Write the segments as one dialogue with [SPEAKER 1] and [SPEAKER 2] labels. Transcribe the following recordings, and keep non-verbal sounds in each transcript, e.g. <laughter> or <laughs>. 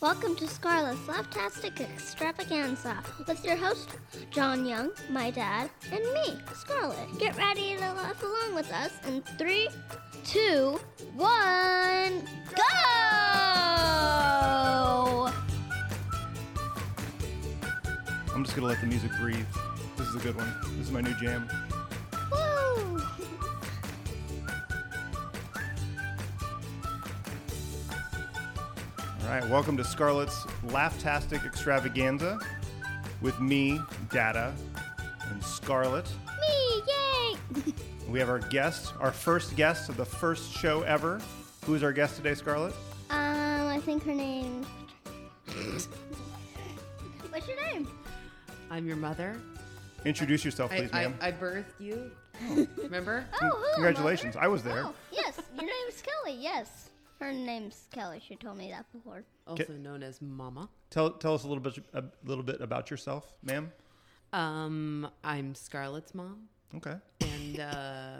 [SPEAKER 1] Welcome to Scarlet's Laptastic Extravaganza with your host, John Young, my dad, and me, Scarlet. Get ready to laugh along with us in three, two, one, go!
[SPEAKER 2] I'm just gonna let the music breathe. This is a good one. This is my new jam.
[SPEAKER 1] Woo! <laughs>
[SPEAKER 2] All right, welcome to Scarlett's Laughtastic Extravaganza with me, Data, and Scarlett.
[SPEAKER 1] Me,
[SPEAKER 2] <laughs>
[SPEAKER 1] yay!
[SPEAKER 2] We have our guest, our first guest of the first show ever. Who is our guest today, Scarlett?
[SPEAKER 1] Um, I think her name. What's your name?
[SPEAKER 3] I'm your mother.
[SPEAKER 2] Introduce yourself,
[SPEAKER 3] I,
[SPEAKER 2] please,
[SPEAKER 3] I,
[SPEAKER 2] ma'am.
[SPEAKER 3] I birthed you.
[SPEAKER 2] <laughs>
[SPEAKER 3] Remember?
[SPEAKER 1] Oh, hello,
[SPEAKER 2] Congratulations,
[SPEAKER 1] Mother.
[SPEAKER 2] I was there.
[SPEAKER 1] Oh, yes, your name's Kelly. Yes, her name's Kelly. She told me that before.
[SPEAKER 3] Also known as Mama.
[SPEAKER 2] Tell, tell us a little bit a little bit about yourself, ma'am.
[SPEAKER 3] Um, I'm Scarlett's mom,
[SPEAKER 2] Okay.
[SPEAKER 3] and uh,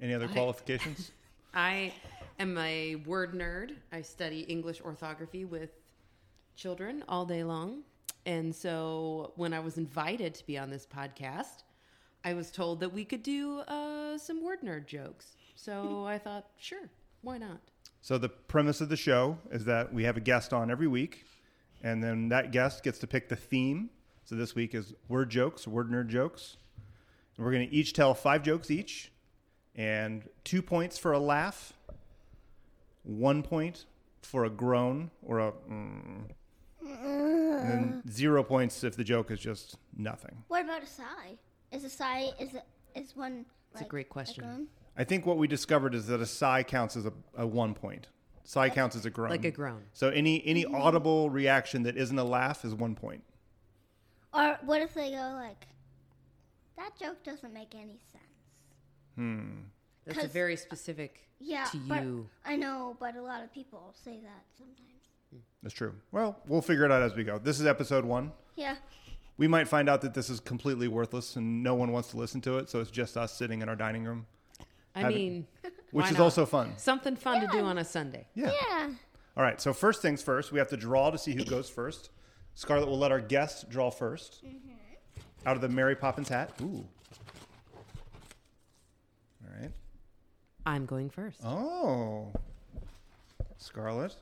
[SPEAKER 2] Any other qualifications?
[SPEAKER 3] I am a word nerd. I study English orthography with children all day long, and so when I was invited to be on this podcast, I was told that we could do uh, some word nerd jokes. So I thought, sure, why not?
[SPEAKER 2] So the premise of the show is that we have a guest on every week, and then that guest gets to pick the theme. So this week is word jokes, word nerd jokes, and we're going to each tell five jokes each, and two points for a laugh, one point for a groan or a, mm, and then zero points if the joke is just nothing.
[SPEAKER 1] What about a sigh? Is a sigh is it is one?
[SPEAKER 3] It's a great question.
[SPEAKER 2] I think what we discovered is that a sigh counts as a, a one point. Sigh counts as a groan.
[SPEAKER 3] Like a groan.
[SPEAKER 2] So any any
[SPEAKER 3] Mm-hmm.
[SPEAKER 2] audible reaction that isn't a laugh is one point.
[SPEAKER 1] Or what if they go like, that joke doesn't make any sense.
[SPEAKER 3] That's a
[SPEAKER 1] 'Cause-
[SPEAKER 3] very specific
[SPEAKER 1] Yeah,
[SPEAKER 3] to
[SPEAKER 1] but
[SPEAKER 3] you.
[SPEAKER 1] I know, but a lot of people say that sometimes.
[SPEAKER 2] That's true. Well, we'll figure it out as we go. This is episode one.
[SPEAKER 1] Yeah,
[SPEAKER 2] We might find out that this is completely worthless and no one wants to listen to it, so it's just us sitting in our dining room,
[SPEAKER 3] I
[SPEAKER 2] Having-
[SPEAKER 3] mean,
[SPEAKER 2] which
[SPEAKER 3] Why
[SPEAKER 2] is
[SPEAKER 3] not?
[SPEAKER 2] also fun.
[SPEAKER 3] something fun to do on a Sunday.
[SPEAKER 2] Yeah.
[SPEAKER 1] yeah.
[SPEAKER 2] All right. So first things first, we have to draw to see who goes first. Scarlett will let our guest draw 1st
[SPEAKER 3] Mm-hmm.
[SPEAKER 2] Out of the Mary Poppins hat. Ooh. All right.
[SPEAKER 3] I'm going first.
[SPEAKER 2] Oh. Scarlett.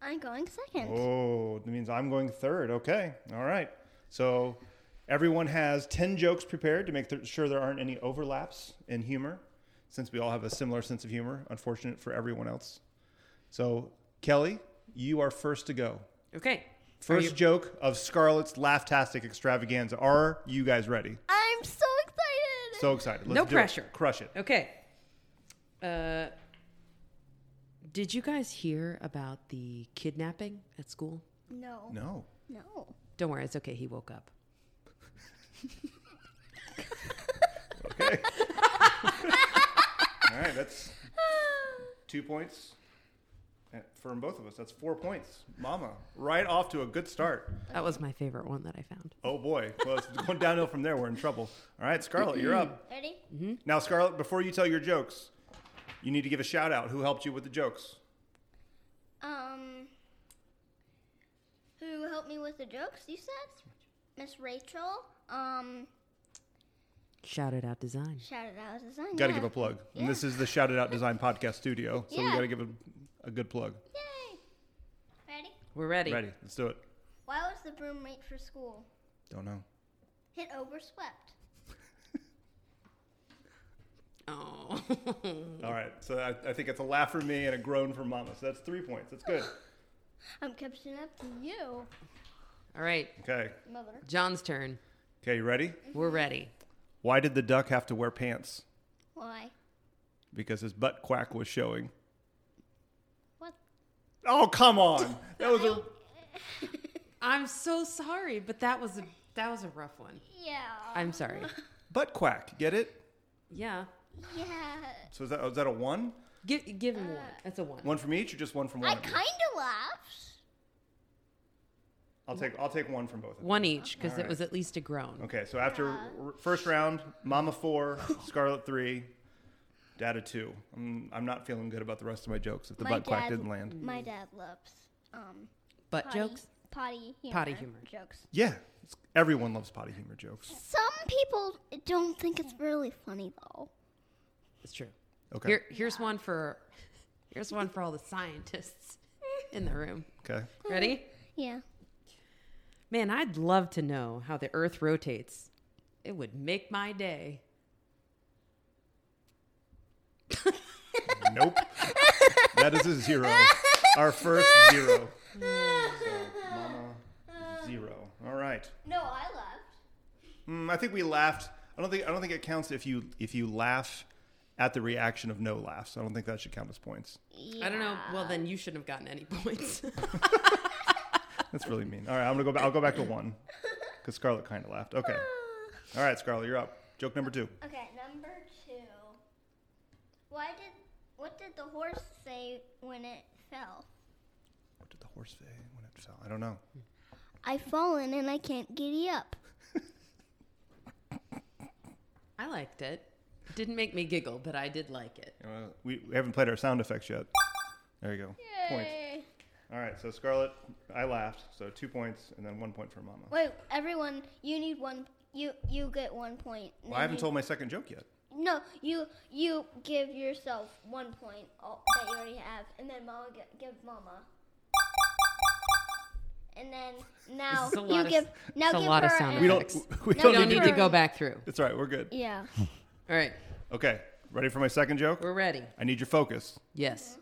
[SPEAKER 1] I'm going second.
[SPEAKER 2] Oh, that means I'm going third. Okay. All right. So everyone has 10 jokes prepared to make th- sure there aren't any overlaps in humor, since we all have a similar sense of humor, unfortunate for everyone else. So, Kelly, you are first to go.
[SPEAKER 3] Okay.
[SPEAKER 2] First
[SPEAKER 3] you-
[SPEAKER 2] joke of Scarlett's Laughtastic Extravaganza. Are you guys ready?
[SPEAKER 1] I'm so excited.
[SPEAKER 2] So excited. Let's
[SPEAKER 3] No
[SPEAKER 2] do it.
[SPEAKER 3] pressure.
[SPEAKER 2] Crush it.
[SPEAKER 3] Okay. Uh, did you guys hear about the kidnapping at school?
[SPEAKER 1] no, no,
[SPEAKER 2] No.
[SPEAKER 3] Don't worry, it's okay. He woke up.
[SPEAKER 2] Okay. all right.
[SPEAKER 3] <sighs>
[SPEAKER 2] That's two points uh, from both of us. That's four points. Mama, right off to a good start.
[SPEAKER 3] That was my favorite one that I found.
[SPEAKER 2] Oh boy. Well, it's going downhill from there. We're in trouble. All right, Scarlett, you're up.
[SPEAKER 1] Ready?
[SPEAKER 2] Now, Scarlett, before you tell your jokes, you need to give a shout out. Who helped you with the jokes?
[SPEAKER 1] Um, who helped me with the jokes? You said Miss Rachel. Um,
[SPEAKER 3] Shout it out design.
[SPEAKER 1] shout it out as I
[SPEAKER 2] Got to give a plug. And this is the Shout It Out Design Podcast Studio, so we
[SPEAKER 1] Yeah.
[SPEAKER 2] got to give a, a good plug.
[SPEAKER 1] Yay! Ready?
[SPEAKER 3] We're ready.
[SPEAKER 2] Ready? Let's do it.
[SPEAKER 1] Why was the broom late for school?
[SPEAKER 2] Don't know.
[SPEAKER 1] It overswept.
[SPEAKER 3] Oh. <laughs>
[SPEAKER 2] All right, so I, I think it's a laugh for me and a groan for Mama. So that's three points. That's good.
[SPEAKER 1] I'm catching up to you,
[SPEAKER 3] All right.
[SPEAKER 2] Okay.
[SPEAKER 1] mother.
[SPEAKER 3] John's turn.
[SPEAKER 2] Okay, you ready?
[SPEAKER 3] We're ready.
[SPEAKER 2] Why did the duck have to wear pants?
[SPEAKER 1] Why?
[SPEAKER 2] Because his butt quack was showing.
[SPEAKER 1] What?
[SPEAKER 2] Oh, come on. That was a.
[SPEAKER 3] I'm so sorry, but that was a that was a rough one.
[SPEAKER 1] <laughs> Yeah.
[SPEAKER 3] I'm <laughs> sorry.
[SPEAKER 2] Butt quack. Get it?
[SPEAKER 3] Yeah.
[SPEAKER 1] Yeah.
[SPEAKER 2] So is that, is that a one?
[SPEAKER 3] Give give him one. That's a one.
[SPEAKER 2] One from each or just one from one?
[SPEAKER 1] I
[SPEAKER 2] of you?
[SPEAKER 1] kind of laughed.
[SPEAKER 2] I'll take I'll take one from both of you.
[SPEAKER 3] One each because
[SPEAKER 2] All
[SPEAKER 3] it was at least a groan.
[SPEAKER 2] Okay, so after r- first round, Mama four, Scarlet three, Data two. I'm, I'm not feeling good about the rest of my jokes if the
[SPEAKER 1] My
[SPEAKER 2] butt quack
[SPEAKER 1] dad-
[SPEAKER 2] didn't land.
[SPEAKER 1] My dad loves um,
[SPEAKER 3] Butt
[SPEAKER 1] potty,
[SPEAKER 3] jokes.
[SPEAKER 1] potty humor,
[SPEAKER 3] Potty humor.
[SPEAKER 1] jokes.
[SPEAKER 2] Yeah, it's- everyone loves potty humor jokes.
[SPEAKER 1] Some people don't think it's really funny though.
[SPEAKER 3] It's true.
[SPEAKER 2] Okay.
[SPEAKER 3] Here, here's one for, here's one for all the scientists in the room.
[SPEAKER 2] Okay.
[SPEAKER 3] Ready?
[SPEAKER 1] Yeah.
[SPEAKER 3] Man, I'd love to know how the Earth rotates. It would make my day.
[SPEAKER 1] <laughs>
[SPEAKER 2] Nope. that is a zero. Our first zero. So, mama, zero. All right.
[SPEAKER 1] No, I laughed. <sighs>
[SPEAKER 2] Mm, I think we laughed. I don't think I don't think it counts if you if you laugh at the reaction of no laughs. I don't think that should count as points.
[SPEAKER 1] Yeah.
[SPEAKER 3] I don't know. Well, then you shouldn't have gotten any <laughs> points.
[SPEAKER 2] That's really mean. All right, I'm gonna go. Back, I'll go back to one because Scarlett kind of laughed. Okay. All right, Scarlett, you're up. Joke number two.
[SPEAKER 1] Okay, number two. Why did what did the horse say when it fell?
[SPEAKER 2] What did the horse say when it fell? I don't know.
[SPEAKER 1] I've fallen and I can't giddy up.
[SPEAKER 3] I liked it. It didn't make me giggle, but I did like it.
[SPEAKER 2] You know, we, we haven't played our sound effects yet. There you go. Point. All right, so Scarlett, I laughed. So two points and then one point for Mama.
[SPEAKER 1] Wait, everyone, you need one. You you get one point. and
[SPEAKER 2] Well, I
[SPEAKER 1] then
[SPEAKER 2] haven't
[SPEAKER 1] you-
[SPEAKER 2] told my second joke yet.
[SPEAKER 1] No, you you give yourself one point all, that you already have, and then Mama gi- give Mama. And then now
[SPEAKER 3] This is a
[SPEAKER 1] you
[SPEAKER 3] lot of
[SPEAKER 1] give
[SPEAKER 3] s-
[SPEAKER 1] now
[SPEAKER 3] it's a
[SPEAKER 1] give
[SPEAKER 3] lot
[SPEAKER 1] her
[SPEAKER 3] of sound
[SPEAKER 1] an-
[SPEAKER 2] We don't.
[SPEAKER 3] Next.
[SPEAKER 2] <laughs> We
[SPEAKER 1] No,
[SPEAKER 3] We
[SPEAKER 2] don't
[SPEAKER 3] don't
[SPEAKER 2] need
[SPEAKER 3] need
[SPEAKER 2] to.
[SPEAKER 3] to go back through.
[SPEAKER 2] It's all right. We're good. <laughs>
[SPEAKER 1] Yeah.
[SPEAKER 3] All right,
[SPEAKER 2] Okay, ready for my second joke?
[SPEAKER 3] we're ready.
[SPEAKER 2] I need your focus.
[SPEAKER 3] Yes.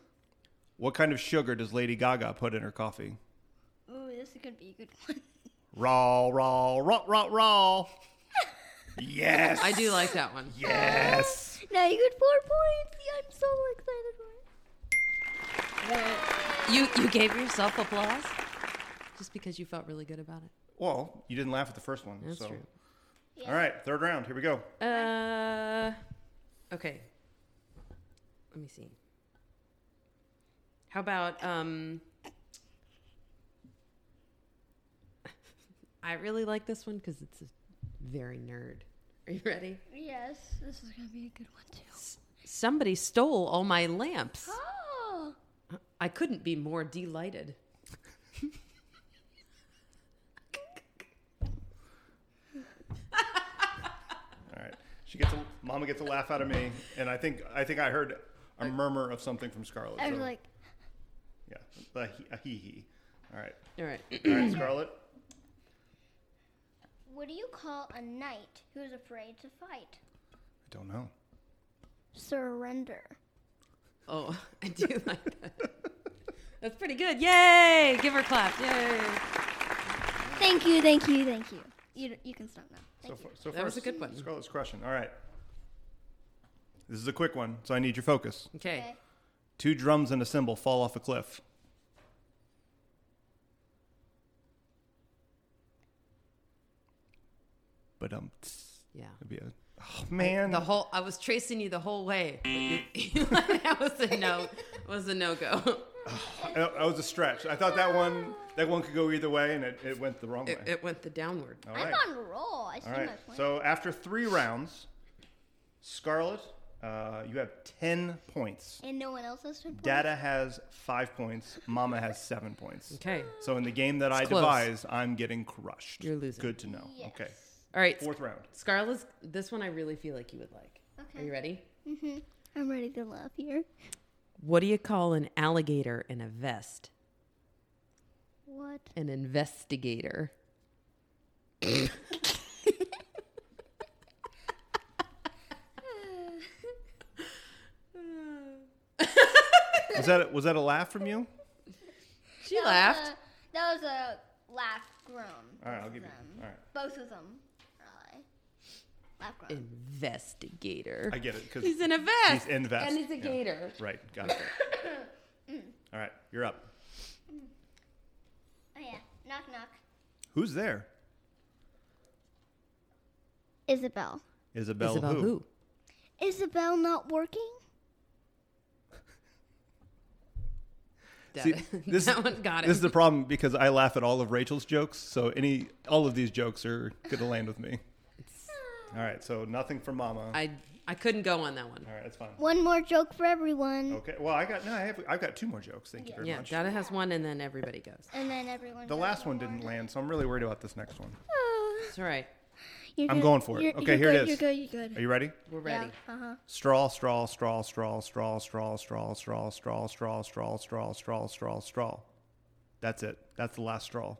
[SPEAKER 2] What kind of sugar does Lady Gaga put in her coffee?
[SPEAKER 1] Ooh, this is gonna be a good one. <laughs>
[SPEAKER 2] Raw, raw, raw, raw, raw. yes.
[SPEAKER 3] I do like that one.
[SPEAKER 2] Yes.
[SPEAKER 1] now you get four points. Yeah, I'm so excited for it.
[SPEAKER 3] You you gave yourself applause just because you felt really good about it.
[SPEAKER 2] Well, you didn't laugh at the first one.
[SPEAKER 3] That's
[SPEAKER 2] so.
[SPEAKER 3] true.
[SPEAKER 2] All right, third round. Here we go.
[SPEAKER 3] Uh, okay. Let me see. How about um? <laughs> I really like this one because it's a very nerd. Are you ready?
[SPEAKER 1] Yes, this is gonna be a good one too.
[SPEAKER 3] Somebody stole all my lamps.
[SPEAKER 1] Oh,
[SPEAKER 3] I couldn't be more delighted.
[SPEAKER 2] All right. She gets a, Mama gets a laugh out of me, and I think I think I heard a murmur of something from Scarlett.
[SPEAKER 1] I was
[SPEAKER 2] so,
[SPEAKER 1] like,
[SPEAKER 2] yeah, a he- a hee hee. All right,
[SPEAKER 3] All right. <clears throat>
[SPEAKER 2] all right, Scarlett.
[SPEAKER 1] what do you call a knight who's afraid to fight?
[SPEAKER 2] I don't know.
[SPEAKER 1] Surrender.
[SPEAKER 3] Oh, <laughs> I do like that. That's pretty good. Yay! Give her a clap. Yay!
[SPEAKER 1] Thank you, thank you, thank you. You you can stop now.
[SPEAKER 2] So
[SPEAKER 1] Thank you.
[SPEAKER 2] far, so
[SPEAKER 3] That
[SPEAKER 2] far,
[SPEAKER 3] was a good one.
[SPEAKER 2] Scarlett's crushing. All right. This is a quick one, so I need your focus.
[SPEAKER 3] Okay.
[SPEAKER 1] Okay.
[SPEAKER 2] Two drums and a cymbal fall off a cliff. But um,
[SPEAKER 3] Yeah.
[SPEAKER 2] that'd be a oh man.
[SPEAKER 3] The whole I was tracing you the whole way. But you, <laughs> that was a no. Was a no go.
[SPEAKER 2] I- that was a stretch. I thought that one that one could go either way, and it, it went the wrong
[SPEAKER 3] It,
[SPEAKER 2] way.
[SPEAKER 3] it went the downward.
[SPEAKER 2] All
[SPEAKER 1] I'm
[SPEAKER 2] right.
[SPEAKER 1] on a roll. I see
[SPEAKER 2] All right.
[SPEAKER 1] my plan.
[SPEAKER 2] So after three rounds, Scarlett, uh, you have ten points.
[SPEAKER 1] and no one else has been
[SPEAKER 2] Dada has five points. Mama has seven points.
[SPEAKER 3] Okay.
[SPEAKER 2] So in the game that I
[SPEAKER 3] close.
[SPEAKER 2] devised, I'm getting crushed.
[SPEAKER 3] You're losing.
[SPEAKER 2] Good to know.
[SPEAKER 1] Yes.
[SPEAKER 2] Okay.
[SPEAKER 3] All right.
[SPEAKER 2] Fourth round.
[SPEAKER 3] Scarlett's. This one I really feel like you would like. Are
[SPEAKER 1] Okay.
[SPEAKER 3] you ready?
[SPEAKER 1] I'm ready to laugh here.
[SPEAKER 3] What do you call an alligator in a vest?
[SPEAKER 1] What?
[SPEAKER 3] An investigator.
[SPEAKER 2] Was that was that a laugh from you?
[SPEAKER 3] She laughed.
[SPEAKER 1] that was a laugh groan.
[SPEAKER 2] All right, I'll give you. All right.
[SPEAKER 1] Both of them. Really. Laugh groan.
[SPEAKER 3] investigator.
[SPEAKER 2] I get it because
[SPEAKER 3] he's in a
[SPEAKER 2] he's
[SPEAKER 3] vest.
[SPEAKER 2] in vest.
[SPEAKER 3] <laughs> And he's a
[SPEAKER 2] Yeah.
[SPEAKER 3] gator.
[SPEAKER 2] right. Got it.
[SPEAKER 3] <laughs>
[SPEAKER 2] All right, you're up.
[SPEAKER 1] Oh yeah. Knock knock.
[SPEAKER 2] Who's there?
[SPEAKER 1] Isabel.
[SPEAKER 2] Isabel,
[SPEAKER 3] Isabel
[SPEAKER 2] who?
[SPEAKER 3] who?
[SPEAKER 1] Isabel not working?
[SPEAKER 2] See,
[SPEAKER 3] That- <laughs>
[SPEAKER 2] this-
[SPEAKER 3] that one got it.
[SPEAKER 2] This is the problem because I laugh at all of Rachel's jokes, so any all of these jokes are gonna land with me. All right, so nothing for Mama.
[SPEAKER 3] I I couldn't go on that one.
[SPEAKER 2] All right, that's fine.
[SPEAKER 1] One more joke for everyone.
[SPEAKER 2] Okay. Well, I got no. I have. I've got two more jokes. Thank you very
[SPEAKER 3] Yeah,
[SPEAKER 2] much.
[SPEAKER 3] Donna has one, and then everybody goes.
[SPEAKER 1] And then everyone.
[SPEAKER 2] the last one didn't land, so I'm really worried about this next one.
[SPEAKER 3] It's all right.
[SPEAKER 2] I'm going for it. Okay, here it is.
[SPEAKER 1] You're good. You're good. <laughs>
[SPEAKER 2] <laughs> Are you ready?
[SPEAKER 3] We're ready.
[SPEAKER 1] Yeah. Uh huh.
[SPEAKER 2] Straw, straw, straw, straw, straw, straw, straw, straw, straw, straw, straw, straw, straw, straw, straw. That's it. That's the last straw.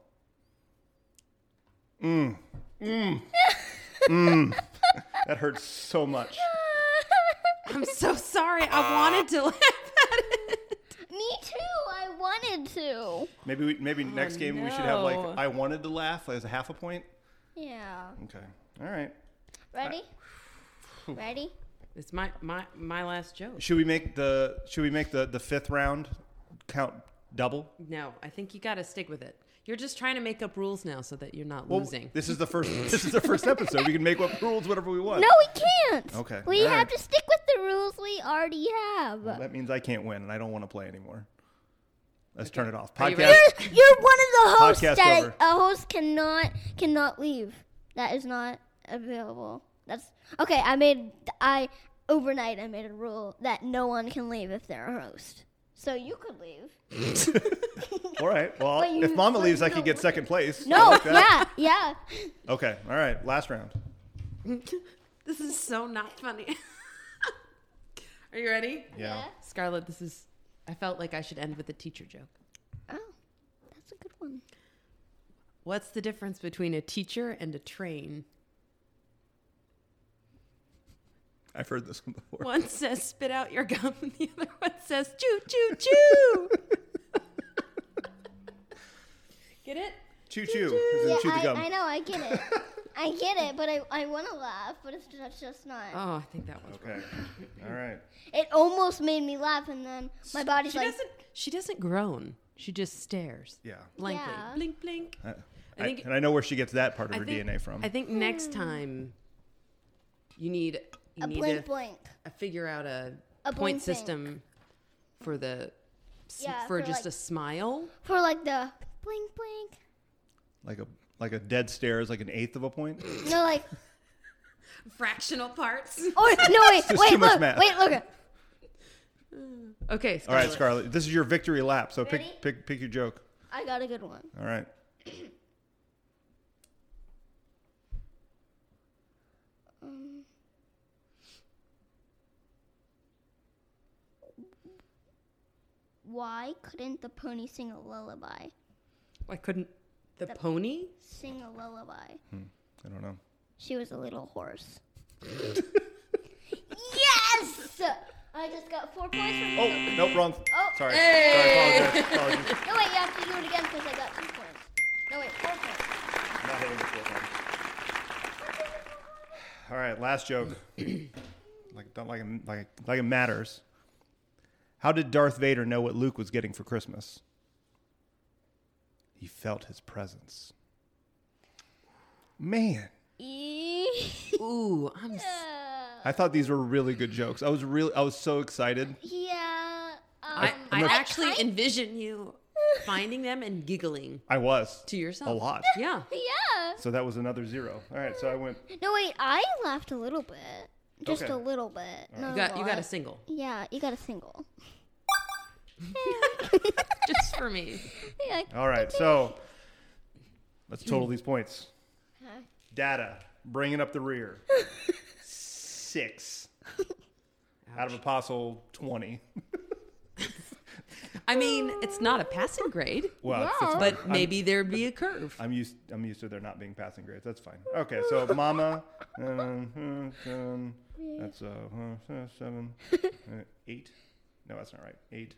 [SPEAKER 3] <laughs>
[SPEAKER 2] Mmm. Mmm. Mmm. Mm. That hurts so much.
[SPEAKER 3] I'm so sorry. I wanted to laugh at it.
[SPEAKER 1] Me too. I wanted to.
[SPEAKER 2] Maybe we, maybe next game we should have like
[SPEAKER 3] Oh, no.
[SPEAKER 2] I wanted to laugh as a half a point.
[SPEAKER 1] Yeah.
[SPEAKER 2] Okay. All right. <sighs>
[SPEAKER 1] Ready? Ready?
[SPEAKER 3] It's my my my last joke.
[SPEAKER 2] Should we make the should we make the the fifth round count double?
[SPEAKER 3] No, I think you got to stick with it. You're just trying to make up rules now so that you're not
[SPEAKER 2] Well,
[SPEAKER 3] losing.
[SPEAKER 2] This is the first this is the first episode. We can make up rules whatever we want.
[SPEAKER 1] No, we can't.
[SPEAKER 2] Okay,
[SPEAKER 1] We
[SPEAKER 2] all
[SPEAKER 1] have
[SPEAKER 2] right.
[SPEAKER 1] to stick with the rules we already have.
[SPEAKER 2] That means I can't win, and I don't want to play anymore. Let's turn it off.
[SPEAKER 3] Are you
[SPEAKER 2] Podcast.
[SPEAKER 3] ready?
[SPEAKER 1] You're, you're one of the hosts
[SPEAKER 2] Podcast
[SPEAKER 1] that
[SPEAKER 2] over.
[SPEAKER 1] a host cannot cannot leave. That is not available. That's okay. I made I overnight I made a rule that no one can leave if they're a host. So you could leave.
[SPEAKER 2] All right. Well,
[SPEAKER 1] Wait, you-
[SPEAKER 2] if Mama
[SPEAKER 1] wait,
[SPEAKER 2] leaves, I
[SPEAKER 1] no,
[SPEAKER 2] could get
[SPEAKER 1] wait.
[SPEAKER 2] second place. I
[SPEAKER 1] No,
[SPEAKER 2] like that.
[SPEAKER 1] yeah, yeah.
[SPEAKER 2] Okay. All right. Last round.
[SPEAKER 3] this is so not funny. <laughs> Are you ready?
[SPEAKER 2] Yeah.
[SPEAKER 3] Scarlett, this is I felt like I should end with a teacher joke.
[SPEAKER 1] Oh, that's a good one.
[SPEAKER 3] What's the difference between a teacher and a train?
[SPEAKER 2] I've heard this one before.
[SPEAKER 3] One says spit out your gum and the other one says choo <laughs> choo choo. Get it?
[SPEAKER 2] Choo choo. as in
[SPEAKER 1] Yeah,
[SPEAKER 2] chew the
[SPEAKER 1] I,
[SPEAKER 2] gum.
[SPEAKER 1] I know. I get it. I get it, but I, I want to laugh, but it's just, just not.
[SPEAKER 2] Uh.
[SPEAKER 3] Oh, I think that was
[SPEAKER 2] <laughs> Okay. All right.
[SPEAKER 1] It almost made me laugh, and then my body's
[SPEAKER 3] She
[SPEAKER 1] like,
[SPEAKER 3] doesn't she doesn't groan. She just stares.
[SPEAKER 2] Yeah.
[SPEAKER 3] Blankly.
[SPEAKER 1] Yeah.
[SPEAKER 3] Blink blink.
[SPEAKER 2] I,
[SPEAKER 3] I think-
[SPEAKER 2] and I know where she gets that part of
[SPEAKER 3] I
[SPEAKER 2] her
[SPEAKER 3] think-
[SPEAKER 2] DNA from.
[SPEAKER 3] I think next time you need
[SPEAKER 1] Hmm.
[SPEAKER 3] you
[SPEAKER 1] a
[SPEAKER 3] need
[SPEAKER 1] blink,
[SPEAKER 3] to
[SPEAKER 1] blink.
[SPEAKER 3] figure out a,
[SPEAKER 1] A blink,
[SPEAKER 3] point
[SPEAKER 1] blink.
[SPEAKER 3] system for the s-
[SPEAKER 1] Yeah,
[SPEAKER 3] for,
[SPEAKER 1] for,
[SPEAKER 3] just
[SPEAKER 1] like-
[SPEAKER 3] a smile.
[SPEAKER 1] For like the blink, blink.
[SPEAKER 2] like a like a dead stare is like an eighth of a point.
[SPEAKER 1] <laughs> No,
[SPEAKER 2] <laughs>
[SPEAKER 1] like,
[SPEAKER 3] Fractional parts.
[SPEAKER 1] oh, no, wait,
[SPEAKER 2] just too
[SPEAKER 1] wait,
[SPEAKER 2] much
[SPEAKER 1] look,
[SPEAKER 2] math.
[SPEAKER 1] wait, look.
[SPEAKER 3] <laughs> Okay.
[SPEAKER 2] All right, Scarlett. This is your victory lap. So
[SPEAKER 1] Ready?
[SPEAKER 2] pick pick pick your joke.
[SPEAKER 1] I got a good one.
[SPEAKER 2] All right.
[SPEAKER 1] Why couldn't the pony sing a lullaby?
[SPEAKER 3] Why couldn't
[SPEAKER 1] <laughs>
[SPEAKER 3] the pony?
[SPEAKER 1] Sing a lullaby.
[SPEAKER 2] I don't know.
[SPEAKER 1] She was a little
[SPEAKER 2] <laughs>
[SPEAKER 1] horse. yes! I just got four points from
[SPEAKER 2] Oh
[SPEAKER 1] you.
[SPEAKER 2] nope, wrong.
[SPEAKER 1] Oh.
[SPEAKER 2] Sorry. Sorry. Apologize. Apologies.
[SPEAKER 1] No, wait, you have to do it again because I got two points. No, wait, four points.
[SPEAKER 2] Not hitting the floor. All right, last
[SPEAKER 3] <clears throat>
[SPEAKER 2] joke. like don't like it, like it- like it matters. How did Darth Vader know what Luke was getting for Christmas? He felt his presence. Man,
[SPEAKER 1] E- <laughs>
[SPEAKER 3] Ooh, I'm s-
[SPEAKER 1] Yeah.
[SPEAKER 2] I thought these were really good jokes. I was really I was so excited.
[SPEAKER 1] Yeah. Um,
[SPEAKER 3] I, I actually envision
[SPEAKER 1] <laughs>
[SPEAKER 3] you finding them and giggling
[SPEAKER 2] I was
[SPEAKER 3] to yourself.
[SPEAKER 2] a lot.
[SPEAKER 3] Yeah.
[SPEAKER 1] yeah.
[SPEAKER 2] So that was another zero. All right, so I went
[SPEAKER 1] No, wait, I laughed a little bit. Just
[SPEAKER 2] Okay.
[SPEAKER 1] a little bit. No,
[SPEAKER 3] You got you got a single
[SPEAKER 1] Yeah, you got a single. <laughs>
[SPEAKER 3] just for me.
[SPEAKER 1] Yeah.
[SPEAKER 2] All right, so let's
[SPEAKER 3] Hmm.
[SPEAKER 2] total these points. Data bringing up the rear.
[SPEAKER 3] <laughs>
[SPEAKER 2] Six out of apostle twenty.
[SPEAKER 3] I mean, it's not a passing grade,
[SPEAKER 2] Well, it's- it's
[SPEAKER 3] but
[SPEAKER 2] fine.
[SPEAKER 3] maybe there'd be a curve.
[SPEAKER 2] I'm, I'm used. I'm used to there not being passing grades. That's fine. Okay, so Mama, <laughs> um, uh, um, that's uh, uh,
[SPEAKER 3] <laughs>
[SPEAKER 2] seven, uh, eight. No, that's not right. Eight,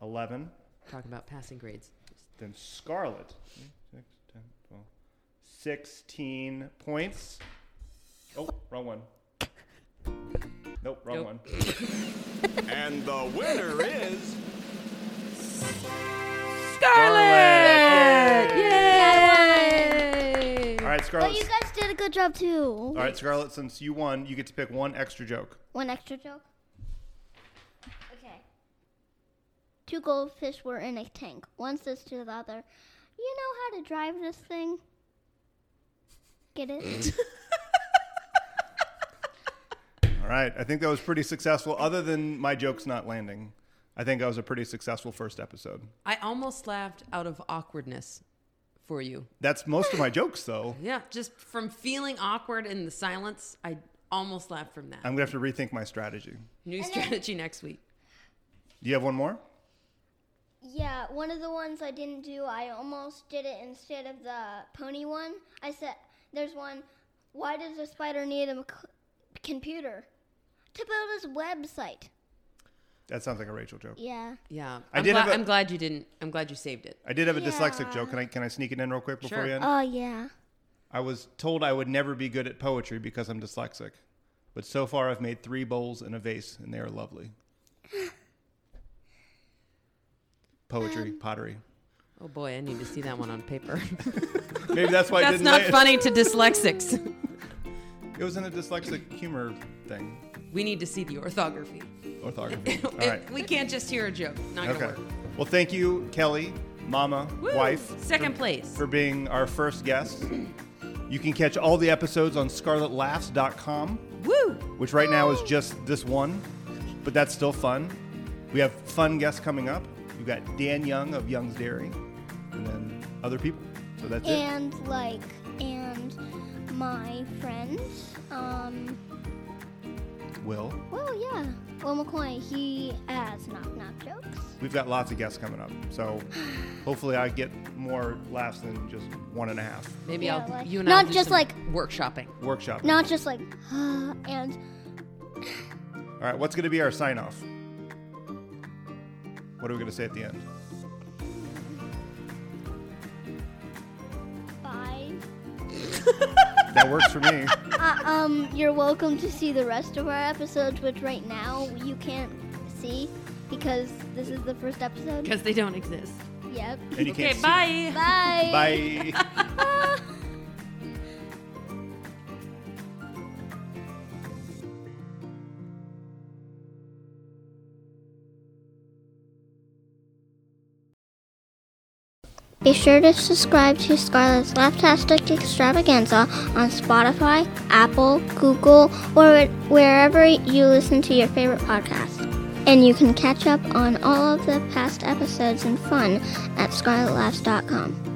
[SPEAKER 2] eleven.
[SPEAKER 3] Talk about passing grades.
[SPEAKER 2] Then Scarlet, six, 10, 12, 16 points. Oh, wrong one. Nope, wrong
[SPEAKER 3] Nope.
[SPEAKER 2] one.
[SPEAKER 4] <laughs> And the winner is.
[SPEAKER 2] Scarlet!
[SPEAKER 3] Yay!
[SPEAKER 2] All right, Scarlet.
[SPEAKER 1] But you guys did a good job too.
[SPEAKER 2] All right, Scarlet. Since you won, you get to pick one extra joke.
[SPEAKER 1] One extra joke. Okay. Two goldfish were in a tank. One says to the other, You know how to drive this thing?
[SPEAKER 3] <laughs>
[SPEAKER 1] Get it?
[SPEAKER 2] All right. I think that was pretty successful, other than my jokes not landing. I think that was a pretty successful first episode.
[SPEAKER 3] I almost laughed out of awkwardness for you.
[SPEAKER 2] That's most of my jokes, though.
[SPEAKER 3] Yeah, just from feeling awkward in the silence, I almost laughed from that.
[SPEAKER 2] I'm going to have to rethink my strategy.
[SPEAKER 3] New strategy next week.
[SPEAKER 2] Do you have one more?
[SPEAKER 1] Yeah, one of the ones I didn't do, I almost did it instead of the pony one. I said, there's one, why does a spider need a c- computer? To build his website.
[SPEAKER 2] That sounds like a Rachel joke.
[SPEAKER 1] Yeah.
[SPEAKER 3] Yeah, I'm,
[SPEAKER 2] did
[SPEAKER 3] gla-
[SPEAKER 2] have a-
[SPEAKER 3] I'm glad you didn't. I'm glad you saved it.
[SPEAKER 2] I did have a
[SPEAKER 1] Yeah.
[SPEAKER 2] dyslexic joke. Can I can I sneak it in real quick before
[SPEAKER 3] Sure.
[SPEAKER 2] you end?
[SPEAKER 1] Oh, yeah.
[SPEAKER 2] I was told I would never be good at poetry because I'm dyslexic, but so far I've made three bowls and a vase, and they are lovely. Poetry,
[SPEAKER 3] Um,
[SPEAKER 2] pottery.
[SPEAKER 3] Oh boy, I need to see that one
[SPEAKER 2] <laughs>
[SPEAKER 3] on <laughs> paper.
[SPEAKER 2] Maybe that's why I
[SPEAKER 3] That's
[SPEAKER 2] didn't.
[SPEAKER 3] not
[SPEAKER 2] land.
[SPEAKER 3] funny to dyslexics.
[SPEAKER 2] It was in a dyslexic humor thing,
[SPEAKER 3] We need to see the orthography.
[SPEAKER 2] orthography.
[SPEAKER 3] <laughs>
[SPEAKER 2] All right.
[SPEAKER 3] We can't just hear a joke. Not gonna
[SPEAKER 2] Okay.
[SPEAKER 3] work.
[SPEAKER 2] Well, thank you, Kelly, Mama,
[SPEAKER 3] Woo!
[SPEAKER 2] wife,
[SPEAKER 3] Second place.
[SPEAKER 2] for being our first guest. You can catch all the episodes on scarletlaughs.com.
[SPEAKER 3] Woo!
[SPEAKER 2] which right now is just this one, but that's still fun. We have fun guests coming up. We've got Dan Young of Young's Dairy, and then other people. So that's it.
[SPEAKER 1] And, like, and my friend, um,
[SPEAKER 2] Will.
[SPEAKER 1] well, yeah. Will McCoy, he has knock knock jokes.
[SPEAKER 2] We've got lots of guests coming up. So hopefully I get more laughs than just one and a half
[SPEAKER 3] Maybe
[SPEAKER 1] Yeah,
[SPEAKER 3] I'll
[SPEAKER 1] like-
[SPEAKER 3] you and
[SPEAKER 1] Not
[SPEAKER 3] I'll do
[SPEAKER 1] just
[SPEAKER 3] some
[SPEAKER 1] like-
[SPEAKER 3] workshopping.
[SPEAKER 2] workshop.
[SPEAKER 1] Not just like, <gasps> and
[SPEAKER 2] All right, what's going to be our sign off? What are we going to say at the end?
[SPEAKER 1] bye.
[SPEAKER 2] That works for me.
[SPEAKER 1] Uh, um, you're welcome to see the rest of our episodes, which right now you can't see because this is the first episode.
[SPEAKER 3] Because they don't exist.
[SPEAKER 1] Yep.
[SPEAKER 2] And you
[SPEAKER 3] Okay,
[SPEAKER 2] can't see-
[SPEAKER 3] bye.
[SPEAKER 1] Bye.
[SPEAKER 2] Bye.
[SPEAKER 1] Be sure to subscribe to Scarlett's Laughtastic Extravaganza on Spotify, Apple, Google, or wherever you listen to your favorite podcast. And you can catch up on all of the past episodes and fun at scarlettlaughs.com.